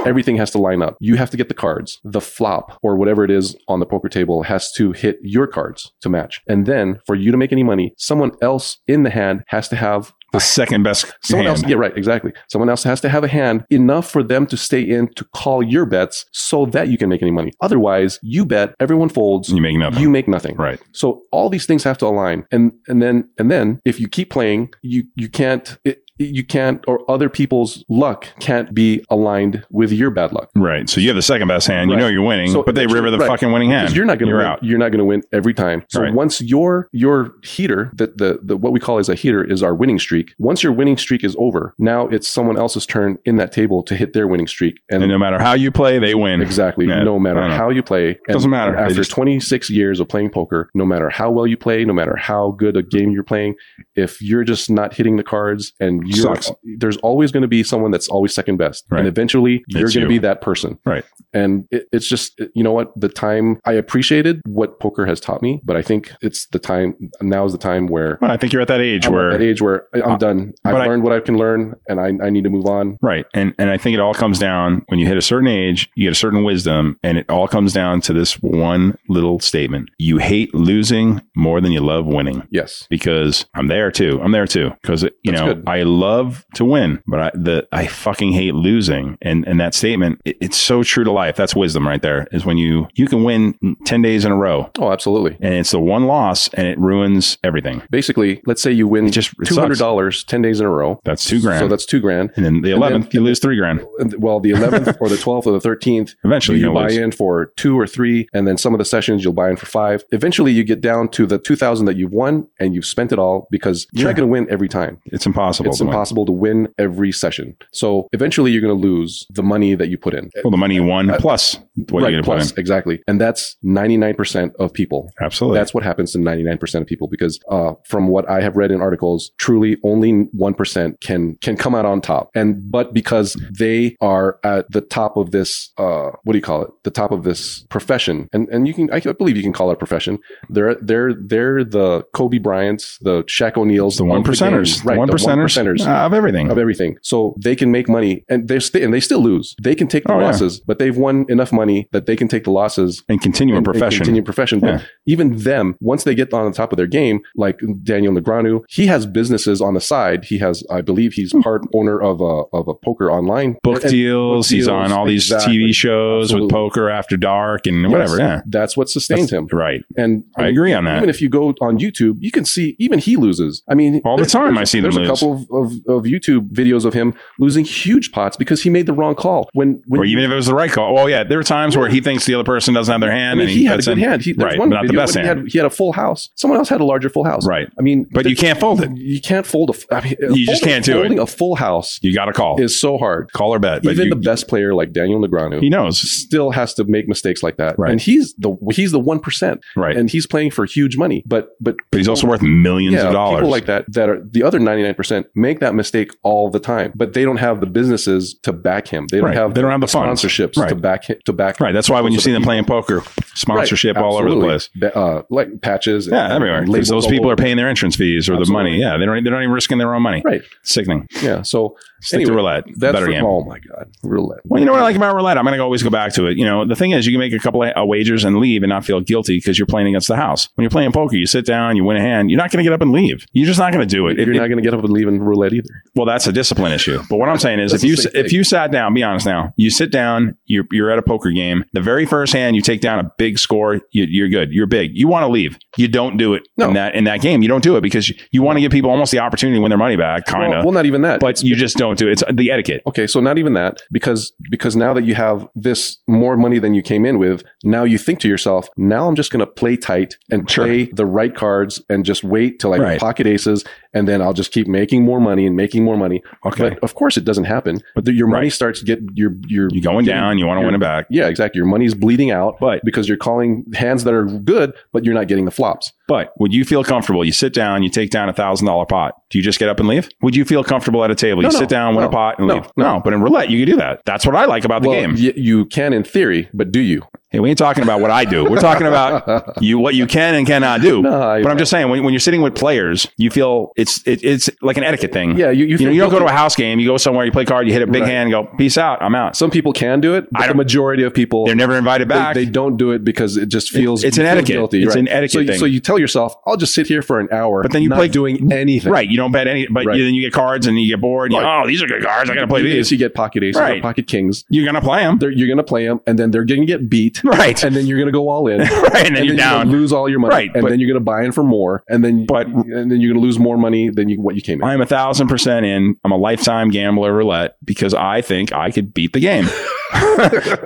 C: everything has to line up. You have to get the cards. The flop or whatever it is on the poker table has to hit your cards to match. And then for you to make any money, someone else in the hand has to have
B: the second best
C: someone
B: hand.
C: else. Yeah, right. Exactly. Someone else has to have a hand enough for them to stay in to call your bets so that you can make any money. Otherwise, you bet, everyone folds,
B: You make nothing.
C: you make nothing.
B: right.
C: So all these things have to align, and and then and then if you keep playing, you you can't. It, you can't, or other people's luck can't be aligned with your bad luck.
B: Right. So you have the second best hand. You
C: Right.
B: know you're winning,
C: So-
B: but they river the
C: right.
B: fucking winning hand.
C: Because you're not going to
B: You're
C: win.
B: out.
C: You're not going to win every time. So
B: Right.
C: once your your heater, that the, the what we call as a heater is our winning streak. Once your winning streak is over, now it's someone else's turn in that table to hit their winning streak. And,
B: And no matter how you play, they win.
C: exactly,
B: Yeah,
C: no matter
B: I know.
C: how you play, and
B: Doesn't matter. They
C: After
B: just-
C: 26 years of playing poker, no matter how well you play, no matter how good a game you're playing, if you're just not hitting the cards, and you're,
B: Sucks.
C: there's always going to be someone that's always second best,
B: Right.
C: and eventually you're
B: It's
C: going to
B: you.
C: be that person.
B: Right.
C: And it, it's just, you know what? The time I appreciated what poker has taught me, but I think it's the time now is the time where
B: Well, I think you're at that age
C: I'm
B: where
C: at that age where I- I'm
B: Uh,
C: done. I've
B: but I-
C: learned what I can learn, and I, I need to move on.
B: Right. And and I think it all comes down when you hit a certain age, you get a certain wisdom, and it all comes down to this one little statement. You hate losing more than you love winning.
C: Yes.
B: Because I'm there too. I'm there too. Because you
C: That's
B: know
C: good.
B: I love to win, but I the I fucking hate losing. And and that statement, it- it's so true to life. That's wisdom right there. Is when you you can win ten days in a row,
C: Oh, absolutely.
B: and it's the one loss, and it ruins everything.
C: Basically, let's say you win
B: It just it
C: two hundred
B: sucks.
C: dollars ten days in a row.
B: That's two grand.
C: So that's two grand.
B: and then the
C: and then-
B: eleventh, you lose three grand.
C: well, the 11th or the 12th or the 13th,
B: Eventually,
C: you
B: you're gonna
C: buy
B: lose.
C: in for two or three, and then some of the sessions you'll buy in for five. Eventually, you get down to the 2,000 that you've won, and you've spent it all because you're not
B: Yeah.
C: going to win every time.
B: It's impossible.
C: it's
B: to win.
C: impossible to win every session. So eventually, you're going to lose the money that you put in.
B: Well, the money you won
C: Uh,
B: plus what
C: right,
B: you're going to
C: plus
B: put
C: exactly, and that's 99% of people.
B: in. Absolutely.
C: That's what happens to 99% of people because uh, from what I have read in articles, truly only 1% can can come out on top. And but because they are at the top of this uh, what do you call it? The top of this profession. And and you can I believe you can call it a profession. They're they're they're the Kobe Bryants, the Shaq O'Neals,
B: the one
C: of game.
B: percenters,
C: right?
B: the one percenters,
C: percenters
B: uh, of everything.
C: of everything. So they can make money and they st- and they still lose. They can take the
B: Oh, yeah.
C: losses, but they've won enough money that they can take the losses
B: and continue a
C: and- and
B: profession.
C: Continue profession. But
B: Yeah.
C: even them, once they get on the top of their game, like Daniel Negreanu, he has businesses on the side. He has, I believe, he's part owner of a of a poker online
B: Hmm. book,
C: And- and
B: deals, He's on
C: deals,
B: all these
C: exactly.
B: TV shows
C: Absolutely.
B: with poker after dark and
C: yes,
B: whatever. Yeah.
C: that's what sustains him.
B: Right.
C: And
B: I agree on that.
C: Even if you go on YouTube, you can see even he loses. I mean,
B: All the
C: there's-
B: time
C: there's-
B: I see them
C: There's a
B: lose.
C: couple of, of, of YouTube videos of him losing huge pots because he made the wrong call when when
B: or even if it was the right call. Well, yeah, there are times where he thinks the other person doesn't have their hand.
C: I mean,
B: and
C: he, had a
B: puts
C: good
B: in-
C: hand. He, there's
B: Right,
C: one
B: but not the
C: video
B: best
C: when he
B: hand.
C: had, he had a full house. Someone else had a larger full house.
B: Right.
C: I mean,
B: But you can't fold it.
C: You can't fold a. f- I mean,
B: Oh. You just
C: folding-
B: can't do it.
C: Folding a full house
B: You got to call.
C: is so hard.
B: call or bet. But
C: Even
B: you-
C: the best player like Daniel Negreanu
B: he knows.
C: still has to make mistakes like that.
B: Right.
C: And he's the he's the one percent,
B: Right.
C: and he's playing for huge money. But but
B: but he's also worth millions
C: yeah,
B: of dollars.
C: people like that that are the other ninety nine percent make that mistake all the time. But they don't have the businesses to back him. They don't
B: Right.
C: have
B: They don't have the funds.
C: sponsorships to
B: Right.
C: back him, to back
B: Right. That's why when you
C: Those
B: see
C: are the
B: them playing poker, sponsorship
C: Right,
B: all over the
C: absolutely.
B: place.
C: Ba- uh, like patches. and
B: Yeah, everywhere. 'Cause
C: labels
B: Those
C: all
B: people are
C: over.
B: paying their entrance fees or
C: Absolutely.
B: the money. Yeah, they don't. They're not even risking their own money.
C: Right.
B: Sickening.
C: Yeah. So
B: Stick to
C: Anyway,
B: roulette.
C: that's
B: Better
C: for-
B: game.
C: Oh my god, roulette.
B: Well, you know what I like about roulette? I'm going to always go back to it. You know, the thing is, you can make a couple of uh, wagers and leave and not feel guilty because you're playing against the house. When you're playing poker, you sit down, you win a hand, you're not going to get up and leave. You're just not going to do it. If-
C: You're
B: if-
C: not going to get up and leave in roulette either.
B: well, that's a discipline issue. But what I'm saying is,
C: That's
B: if
C: the
B: you
C: same
B: if
C: thing.
B: you sat down, be honest now, you sit down, you're you're at a poker game. The very first hand, you take down a big score. You, you're good. You're big. You want to leave. You don't do it
C: No.
B: in that in that game. You don't do it because you, you want to give people almost the opportunity to win their money back, kind
C: Well,
B: of.
C: well, not even that.
B: but you just don't do it. It's the etiquette.
C: okay, so not even that because because now that you have this more money than you came in with, now you think to yourself, now I'm just going to play tight and
B: Sure.
C: play the right cards and just wait till I
B: Right.
C: pocket aces, and then I'll just keep making more money and making more money. But of course, it doesn't happen. But your money
B: Right.
C: starts to get your your
B: you're going down. You want to
C: you're-
B: win it back.
C: Yeah, exactly. Your money's bleeding out,
B: But-
C: because you're calling hands that are good, but you're not getting the flops.
B: But would you feel comfortable? You sit down, you take down a thousand dollar pot. Do you just get up and leave? Would you feel comfortable at a table?
C: No,
B: you
C: no,
B: sit down, win
C: no,
B: a pot, and
C: no,
B: leave. No, but in roulette, you can do that. That's what I like about the
C: well,
B: game.
C: y- you can in theory, but do you?
B: Hey, we ain't talking about what I do. We're talking about you what you can and cannot do.
C: No, I-
B: but I'm just saying, when, when you're sitting with players, you feel it's it, it's like an etiquette thing.
C: Yeah, you- you
B: you,
C: feel
B: know, you don't go to
C: guilty.
B: a house game. You go somewhere, you play card, you hit a big
C: Right.
B: hand, and go peace out. I'm out.
C: Some people can do it, but
B: I
C: the
B: don't-
C: majority of people
B: They're never invited
C: they,
B: back.
C: they don't do it because it just feels
B: It's an
C: you feel
B: etiquette. It's an
C: so,
B: etiquette
C: you-
B: thing.
C: so you tell yourself, I'll just sit here for an hour,
B: But then you
C: not
B: play-
C: doing anything,
B: Right, you don't bet any, but
C: Right.
B: you, then you get cards and you get bored. And
C: Right.
B: you, oh, these are good cards. I got to play
C: Even if
B: these.
C: you get pocket aces or
B: Right.
C: pocket kings.
B: You're gonna play them.
C: They're, you're going to play them, and then they're going to get beat,
B: right.
C: and then you're going to go all in. and
B: right. And then you're
C: gonna
B: down.
C: lose all your money,
B: Right,
C: And
B: but-
C: then you're going to buy in for more, and then
B: But-
C: and then you're going to lose more money than you, what you came in.
B: I'm a thousand percent in. I'm a lifetime gambler roulette because I think I could beat the game.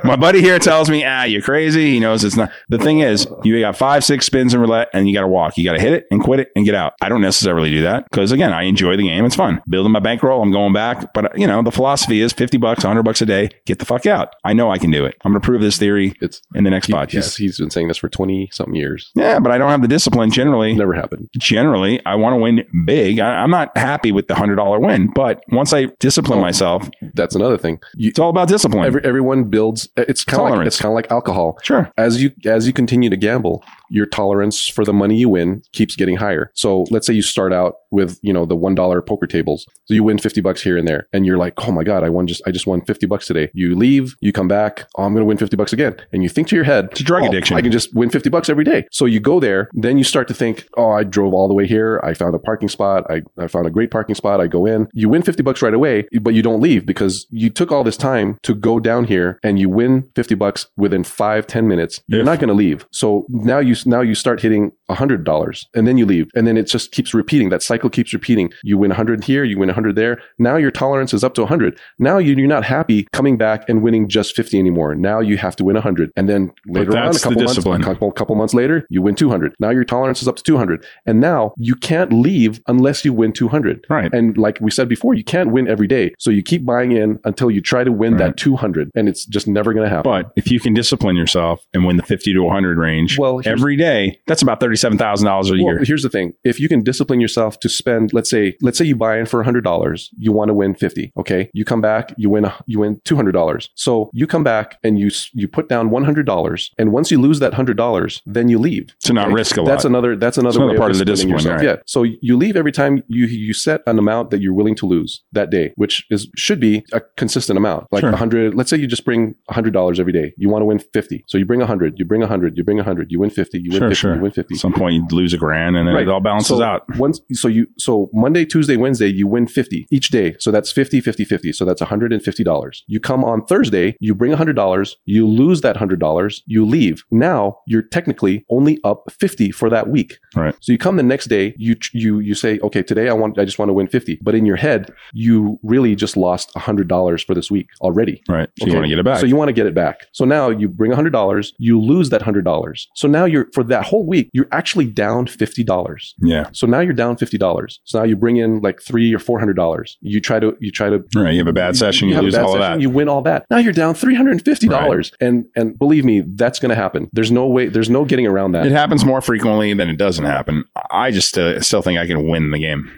B: My buddy here tells me, ah, you're crazy. He knows it's not. The thing is, you got five, six spins in roulette and you got to walk. You got to hit it and quit it and get out. I don't necessarily do that because, again, I enjoy the game. It's fun. Building my bankroll, I'm going back. But, uh, you know, the philosophy is 50 bucks, 100 bucks a day. Get the fuck out. I know I can do it. I'm going to prove this theory
C: It's
B: in the next
C: he-
B: podcast.
C: he's, he's been saying this for twenty something years.
B: yeah, but I don't have the discipline generally
C: Never happened.
B: generally I want to win big. I, I'm not happy with the hundred dollar win, but once I discipline myself,
C: That's another thing. You,
B: it's all about discipline.
C: every, everyone builds. It's kind of like,
B: Tolerance.
C: it's kind of like alcohol.
B: sure.
C: as you as you continue to gamble your tolerance for the money you win keeps getting higher so let's say you start out with you know the one dollar poker tables so you win 50 bucks here and there and you're like oh my god i won just i just won 50 bucks today you leave you come back oh, i'm gonna win 50 bucks again and you think to your head
B: It's a drug
C: "Oh,
B: addiction.
C: i can just win 50 bucks every day so you go there then you start to think oh i drove all the way here i found a parking spot i, I found a great parking spot i go in you win 50 bucks right away but you don't leave because you took all this time to go down here and you win 50 bucks within five ten minutes you're
B: If-
C: not going to leave so now you now you start hitting $100 and then you leave and then it just keeps repeating that cycle keeps repeating you win 100 here you win 100 there now your tolerance is up to 100 now you, you're not happy coming back and winning just 50 anymore now you have to win 100 and then later on a
B: that's the
C: couple months
B: discipline.
C: a couple, couple months later you win 200 now your tolerance is up to 200 and now you can't leave unless you win 200
B: Right.
C: and like we said before you can't win every day so you keep buying in until you try to win
B: Right.
C: that 200 and it's just never going to happen
B: But if you can discipline yourself and win the fifty to one hundred range
C: well here's-
B: every day, that's about thirty seven thousand dollars a
C: Well,
B: year.
C: here's the thing: if you can discipline yourself to spend, let's say, let's say you buy in for hundred dollars, you want to win fifty. Okay, you come back, you win, you win two hundred dollars. So you come back and you s- you put down one hundred dollars, and once you lose that hundred dollars, then you leave.
B: To not
C: Like,
B: risk a lot.
C: That's another. That's another,
B: another
C: way
B: part of the
C: disciplining
B: discipline,
C: yourself. Yeah. So you leave every time you you set an amount that you're willing to lose that day, which is should be a consistent amount, like
B: Sure.
C: a hundred. Let's say you just bring hundred dollars every day. You want to win fifty, so you bring hundred, you bring hundred, you bring hundred, you win fifty, you win
B: Sure,
C: fifty,
B: sure.
C: you win fifty.
B: At some point, you lose a grand, and then
C: Right.
B: it all balances
C: So
B: out.
C: Once so you so Monday, Tuesday, Wednesday, you win 50 each day. So that's 50 50 50. So that's $150. You come on Thursday, you bring $100, you lose that $100, you leave. Now you're technically only up 50 for that week.
B: Right.
C: So you come the next day, you you you say, "Okay, today I want I just want to win 50." But in your head, you really just lost $100 for this week already.
B: Right. So
C: Okay.
B: you want to get it back.
C: So you want to get it back. So now you bring $100, you lose that $100. So now you're for that whole week, you're actually down $50.
B: yeah.
C: So now you're down fifty dollars. So now you bring in like three or four hundred dollars. You try to you try to
B: Right. You have a bad session, you,
C: have a
B: lose
C: bad
B: all
C: session,
B: of that.
C: You win all that. Now you're down three hundred and fifty dollars. And and believe me, that's going to happen. There's no way. There's no getting around that.
B: it happens more frequently than it doesn't happen. I just uh, still think I can win the game.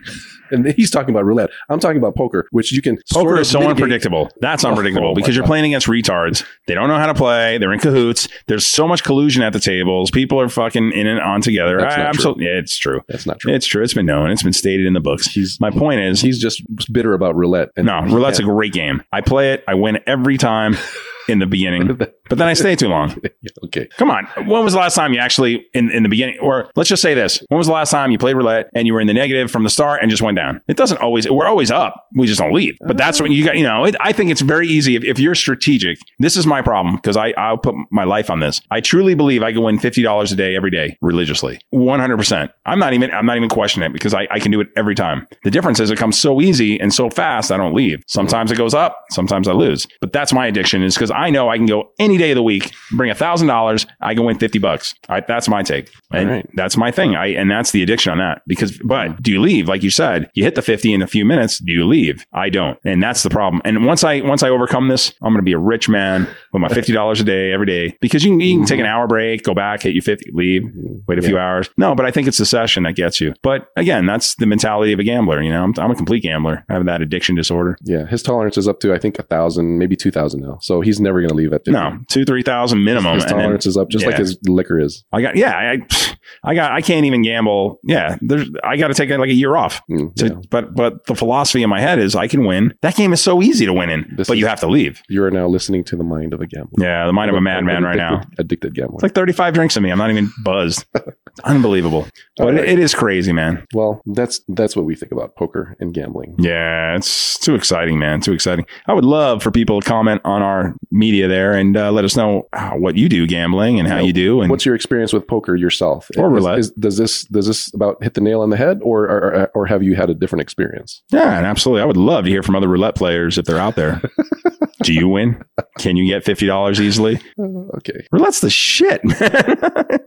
C: And he's talking about roulette. I'm talking about poker, which you can
B: Poker
C: sort of
B: is so
C: mitigate.
B: unpredictable. That's
C: Oh,
B: unpredictable
C: my
B: because you're
C: God.
B: playing against retards. They don't know how to play. They're in cahoots. There's so much collusion at the tables. People are fucking in and on together.
C: That's not true.
B: absolutely, yeah, it's true.
C: That's not true.
B: It's true. It's been known. It's been stated in the books.
C: He's-
B: My point is,
C: He's just bitter about roulette. And
B: no, roulette's a great game. I play it. I win every time in the beginning, but then I stay too long.
C: okay.
B: Come on. When was the last time you actually in, in the beginning, or let's just say this: When was the last time you played roulette and you were in the negative from the start and just went down? It doesn't always. We're always up. We just don't leave. But that's when you got. You know, it, I think it's very easy if, if you're strategic. This is my problem because I I'll put my life on this. I truly believe I can win fifty dollars a day every day religiously, one hundred percent. I'm not even I'm not even questioning it because I I can do it every time. The difference is it comes so easy and so fast. I don't leave. Sometimes it goes up. Sometimes I lose. But that's my addiction is because I know I can go any day of the week, bring a thousand dollars, I can win fifty bucks. I, that's my take, and
C: All right. Mm-hmm.
B: that's my thing. I and that's the addiction on that because. But do you leave? Like you said, you hit the fifty in a few minutes. Do you leave? I don't, and that's the problem. And once I once I overcome this, I'm going to be a rich man with my fifty dollars a day every day because you can, you can take an
C: Mm-hmm.
B: hour break, go back, hit you fifty, leave wait a few hours. No, but I think it's the session that gets you. But again, that's the mentality of a gambler. You know, I'm, I'm a complete gambler. I have that addiction disorder.
C: Yeah, his tolerance is up to I think a thousand, maybe two thousand now. So he's never going to leave at 50.
B: No, two, three thousand minimum.
C: His
B: and then
C: tolerance is up, just like
B: Yeah.
C: his liquor is.
B: I got, yeah, I, I got, I can't even gamble. Yeah, there's, I got to take like a year off.
C: Mm,
B: To,
C: yeah.
B: But, but the philosophy in my head is I can win. That game is so easy to win in,
C: This
B: but you
C: is-
B: have to leave.
C: You are now listening to the mind of a gambler.
B: Yeah, the mind of a
C: I'm
B: madman right now.
C: addicted- Addicted gambler.
B: It's like 35 drinks in me. I'm not even buzzed. Unbelievable. But
C: Alright.
B: it is crazy, man.
C: Well, that's that's what we think about poker and gambling.
B: Yeah, it's too exciting, man. Too exciting. I would love for people to comment on our media there and uh, let us know uh, what you do gambling and how
C: Yeah.
B: you do. And
C: What's your experience with poker yourself?
B: Mm. Or
C: Is-
B: roulette.
C: is- does this does this about hit the nail on the head, or or, or have you had a different experience?
B: yeah, and absolutely. I would love to hear from other roulette players if they're out there. do you win? Can you get $50 easily?
C: Uh, okay,
B: Roulette's the shit, man.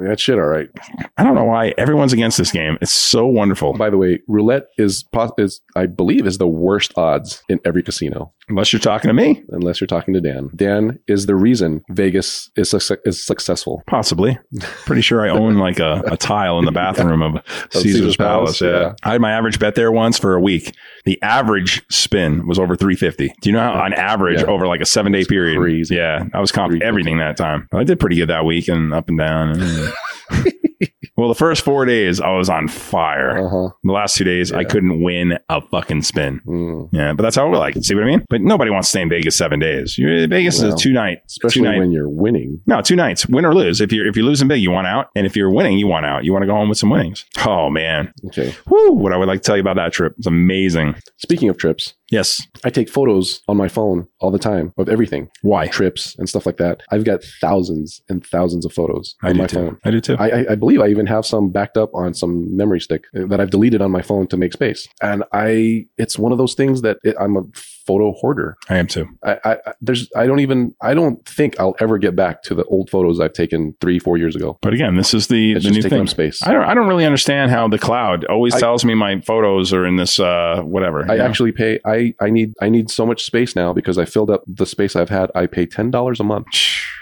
C: that shit. All right.
B: I don't know why everyone's against this game. It's so wonderful.
C: By the way, roulette is pos- is I believe is the worst odds in every casino,
B: Unless you're talking to me,
C: unless you're talking to Dan. Dan is the reason Vegas is suc- is successful.
B: possibly. Pretty sure I own like a, a tile in the bathroom of Caesar's,
C: Caesar's
B: Palace.
C: Palace,
B: yeah.
C: yeah.
B: I had my average bet there once for a week. The average spin was over 350. Do you know how, on average,
C: Yeah.
B: over like a seven day period?
C: crazy.
B: Yeah. I was comped
C: 350.
B: everything that time. I did pretty good that week and up and down. well, the first four days, I was on fire.
C: Uh huh.
B: The last two days, I
C: Yeah.
B: couldn't win a fucking spin.
C: Mm.
B: Yeah, but that's how we like it. See what I mean? But nobody wants to stay in Vegas seven days. You- Vegas is
C: Well,
B: a two night,
C: Especially
B: two night.
C: when you're winning.
B: No, two nights, win or lose. If you're if you're losing big, you want out, and if you're winning, you want out. You want to go home with some winnings. Oh man,
C: Okay.
B: whoo! What I would like to tell you about that trip. It's amazing.
C: Speaking of trips,
B: Yes.
C: I take photos on my phone all the time of everything.
B: Why?
C: trips and stuff like that. I've got thousands and thousands of photos
B: I
C: on
B: do
C: my
B: too.
C: phone.
B: I do too.
C: I, I- I believe I even have some backed up on some memory stick that I've deleted on my phone to make space. And I, it's one of those things that it, I'm a photo hoarder.
B: I am too.
C: I, I, I- there's, I don't even, I don't think I'll ever get back to the old photos I've taken three, four years ago.
B: But again, this is the
C: It's
B: the
C: just
B: new
C: taking
B: thing.
C: up space.
B: I don't. I don't really understand how the cloud always
C: I-
B: tells me my photos are in this uh whatever.
C: I
B: you know?
C: actually pay. I, I need I need so much space now because I filled up the space I've had. I pay ten dollars a month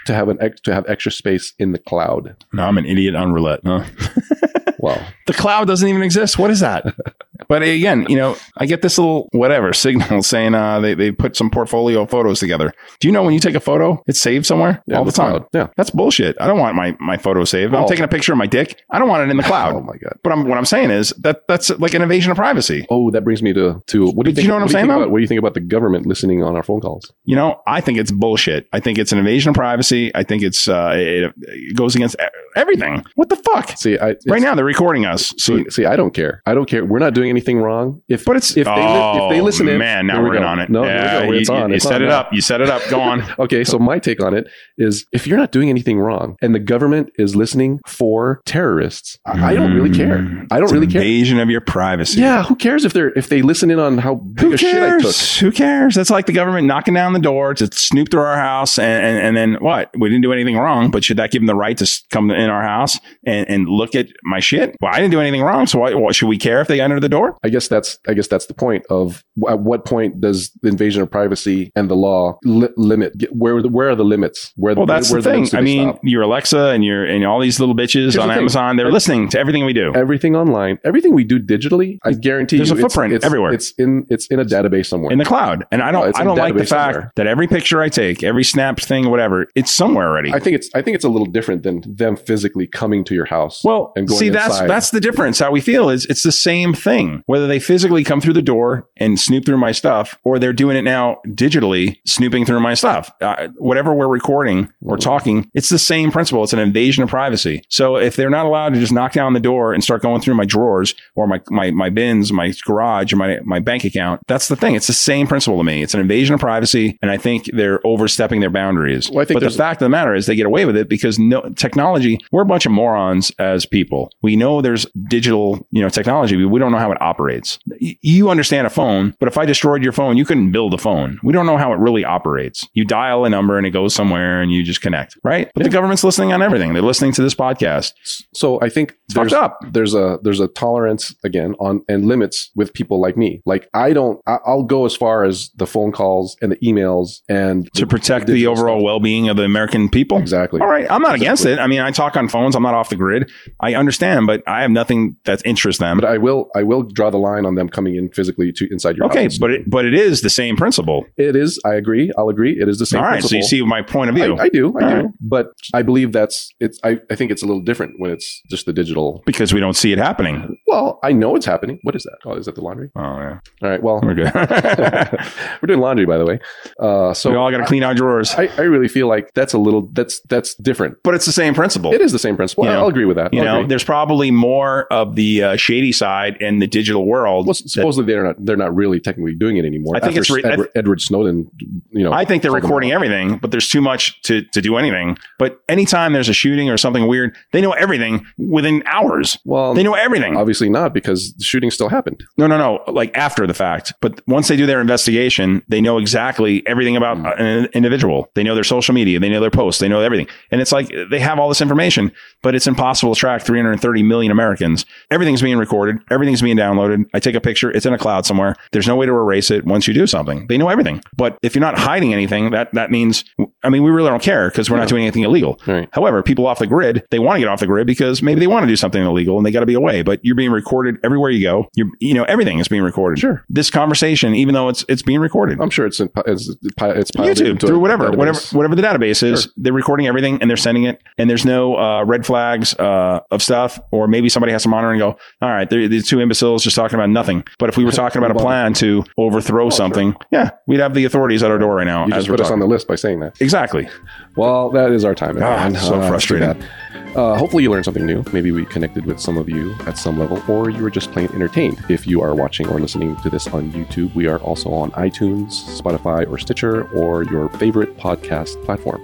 C: to have an ex, to have extra space in the cloud.
B: no, I'm an idiot on roulette. Huh?
C: Wow.
B: the cloud doesn't even exist. What is that? but again, you know, I get this little whatever signal saying uh, they, they put some portfolio photos together. Do you know when you take a photo, it's saved somewhere
C: Yeah,
B: all the time?
C: cloud. Yeah.
B: That's bullshit. I don't want my, my photo saved. I'm
C: Oh.
B: taking a picture of my dick. I don't want it in the cloud.
C: Oh my god.
B: But I'm, what I'm saying is that that's like an invasion of privacy.
C: Oh, that brings me to to what do
B: Do
C: you think?
B: you know what I'm
C: do
B: saying,
C: think
B: though?
C: About, what do you think about the government listening on our phone calls?
B: You know, I think it's bullshit. I think it's an invasion of privacy. I think it's uh, it, it goes against e- everything. What the fuck?
C: See, I it's-
B: Right now they're recording us. So,
C: See, see, I don't care. I don't care. We're not doing anything wrong. If
B: but it's
C: if they, li- if they listen in,
B: Oh, man, now
C: There we
B: we're in
C: go.
B: on it.
C: No,
B: Yeah,
C: there we go.
B: you,
C: it's
B: you-
C: on.
B: you
C: It's
B: set
C: on
B: it
C: now.
B: up. You set it up. Go on.
C: Okay, so my take on it is if you're not doing anything wrong and the government is listening for terrorists, I I don't really care.
B: Mm.
C: I don't
B: It's
C: really
B: an
C: care.
B: Invasion of your privacy.
C: Yeah, who cares if they're if they listen in on how big
B: Who
C: a shit I took?
B: cares? Who cares? That's like the government knocking down the door to snoop through our house, and, and, and then what? We didn't do anything wrong, but should that give them the right to s- come in our house and, and look at my shit? Well, I didn't do anything wrong, so why, why should we care if they enter the door?
C: I guess that's I guess that's the point of at what point does the invasion of privacy and the law li- limit get- where are the- where are the limits where
B: Well, that's
C: where
B: the thing.
C: limits do
B: I
C: they
B: mean,
C: stop?
B: your Alexa and your and all these little bitches
C: Here's
B: on
C: the thing.
B: Amazon, they're listening to everything we do.
C: everything online everything we do digitally I guarantee
B: There's
C: you
B: a
C: it's-
B: footprint
C: it's,
B: everywhere.
C: it's in it's in a database somewhere
B: in the cloud. And I
C: No,
B: don't
C: it's
B: I
C: in
B: don't like the
C: database
B: fact
C: somewhere.
B: that every picture I take, every snap thing, whatever, it's somewhere already.
C: I think it's I think it's a little different than them physically coming to your house
B: Well,
C: and going
B: see, that's
C: inside.
B: that's the difference. How we feel is it's the same thing. Whether they physically come through the door and snoop through my stuff, or they're doing it now digitally, snooping through my stuff. Uh, whatever we're recording or
C: Mm-hmm.
B: talking, it's the same principle. It's an invasion of privacy. So if they're not allowed to just knock down the door and start going through my drawers or my my my bins, my garage, or my my bank account, that's the thing. It's the same principle to me. It's an invasion of privacy, and I think they're overstepping their boundaries.
C: Well, I think
B: but the
C: there's-
B: fact of the matter is they get away with it because no technology we're a bunch of morons as people we know there's digital you know technology but we don't know how it operates Y- you understand a phone but if i destroyed your phone you couldn't build a phone we don't know how it really operates you dial a number and it goes somewhere and you just connect right but the government's listening on everything they're listening to this podcast
C: so I think
B: it's
C: there's
B: fucked up
C: there's a there's a tolerance again on and limits with people like me like I don't I, I'll go as far as the phone calls and the emails and
B: to protect the
C: digital
B: overall
C: stuff.
B: well-being of the american people
C: exactly
B: All right, I'm not against
C: Exactly.
B: it. I mean, I talk on phones. I'm not off the grid. I understand, but I have nothing that interests them.
C: But I will I will draw the line on them coming in physically to inside your
B: Okay,
C: house.
B: but it but it is the same principle.
C: it is I agree I'll agree it is the same.
B: All right, so you
C: principle.
B: see my point of view.
C: I, I do I
B: All
C: do,
B: right.
C: but I believe that's it's I, I think it's a little different when it's just the digital.
B: because we don't see it happening.
C: Well, I know it's happening. What is that? Oh, is that the laundry?
B: Oh yeah,
C: All right, well
B: we're good.
C: we're doing laundry by the way. Uh, so
B: we all got to clean our drawers,
C: I, I really feel like that's a little that's that's different.
B: but it's the same principle.
C: It It is the same principle.
B: You know,
C: I'll agree with that.
B: You
C: I'll
B: know,
C: agree.
B: there's probably more of the uh, shady side in the digital world.
C: Well,
B: that-
C: supposedly they're not they're not really technically doing it anymore.
B: I think
C: after
B: it's re- I
C: Edward, Edward Snowden. You know,
B: I think they're
C: called them
B: recording
C: out.
B: everything, but there's too much to, to do anything. But anytime there's a shooting or something weird, they know everything within hours.
C: Well,
B: They know everything.
C: obviously not because the shooting still happened.
B: No, no, no. Like after the fact. But once they do their investigation, they know exactly everything about
C: Mm.
B: an individual. They know their social media. They know their posts. They know everything. And it's like they have all this information, but it's impossible to track 330 million Americans. Everything's being recorded. Everything's being downloaded. I take a picture. It's in a cloud somewhere. There's no way to erase it once you do something. They know everything. But if you're not hiding anything, that, that means, I mean, we really don't care because we're not doing anything illegal.
C: Right.
B: However, people off the grid, they want to get off the grid because maybe they want to do something illegal and they got to be away. But you're being recorded everywhere you go. You're, you know, everything is being recorded.
C: Sure. Um,
B: This conversation, even though it's it's being recorded,
C: I'm sure it's in, pi- it's pi- it's piled
B: YouTube
C: into
B: through
C: a
B: whatever,
C: database.
B: whatever, whatever the database is,
C: Sure.
B: they're recording everything and they're sending it. And there's no uh, red flags uh, of stuff, or maybe somebody has to monitor and go, "All right, they're, these two imbeciles just talking about nothing." But if we were talking about a
C: Love it. Oh,
B: plan to overthrow
C: sure.
B: something, yeah, we'd have the authorities at our door right now.
C: You
B: as
C: just
B: we're
C: put us on
B: talking.
C: the list by saying that.
B: exactly.
C: Well, that is our time.
B: Ah,
C: everyone.
B: so
C: Uh,
B: frustrating.
C: too bad. Uh, hopefully, you learned something new. Maybe we connected with some of you at some level, or you were just plain entertained. If you are watching or listening to this on YouTube, we are also on iTunes, Spotify, or Stitcher, or your favorite podcast platform.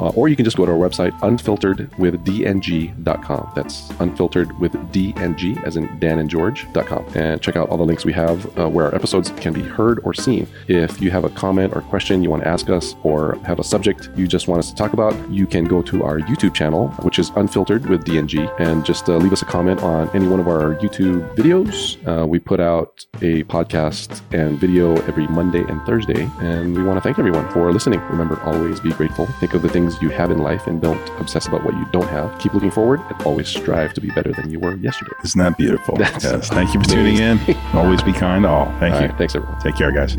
C: Uh, or you can just go to our website, unfilteredwithdng.com. That's unfilteredwithdng, as in Dan and George.com. And check out all the links we have uh, where our episodes can be heard or seen. If you have a comment or question you want to ask us, or have a subject you just want us to talk about, you can go to our YouTube channel, which is Unfiltered with DNG, and just uh, leave us a comment on any one of our YouTube videos. Uh, we put out a podcast and video every Monday and Thursday, and we want to thank everyone for listening. Remember, always be grateful. Think of the things you have in life and don't obsess about what you don't have. Keep looking forward and always strive to be better than you were yesterday.
B: Isn't that beautiful?
C: That's-
B: yes. Thank you for tuning in. Always be kind to all. Thank
C: All
B: you.
C: right, thanks, everyone.
B: Take care, guys.